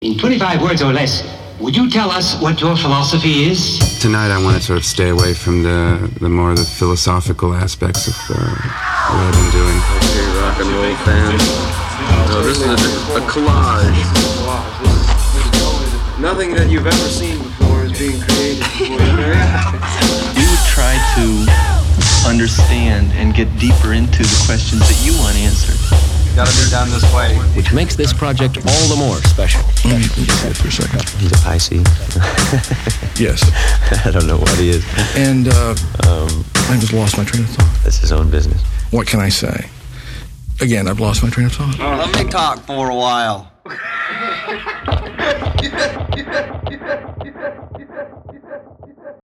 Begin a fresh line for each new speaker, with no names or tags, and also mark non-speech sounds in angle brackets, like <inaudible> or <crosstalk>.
In 25 words or less, would you tell us what your philosophy is?
Tonight, I want to sort of stay away from the, the more the philosophical aspects of uh, what I've been doing.
Hey, rock and roll fans. No, this is a, a collage. Nothing that you've ever seen before is being created before you
We would try to understand and get deeper into the questions that you want answered.
<laughs> Gotta be done this way.
which makes this project all the more special.
that for a second.
He's a Pisces. <laughs>
Yes.
I don't know what he is.
And uh, I just lost my train of thought.
That's his own business.
What can I say? Again, I've lost my train of thought.
Let me talk for a while.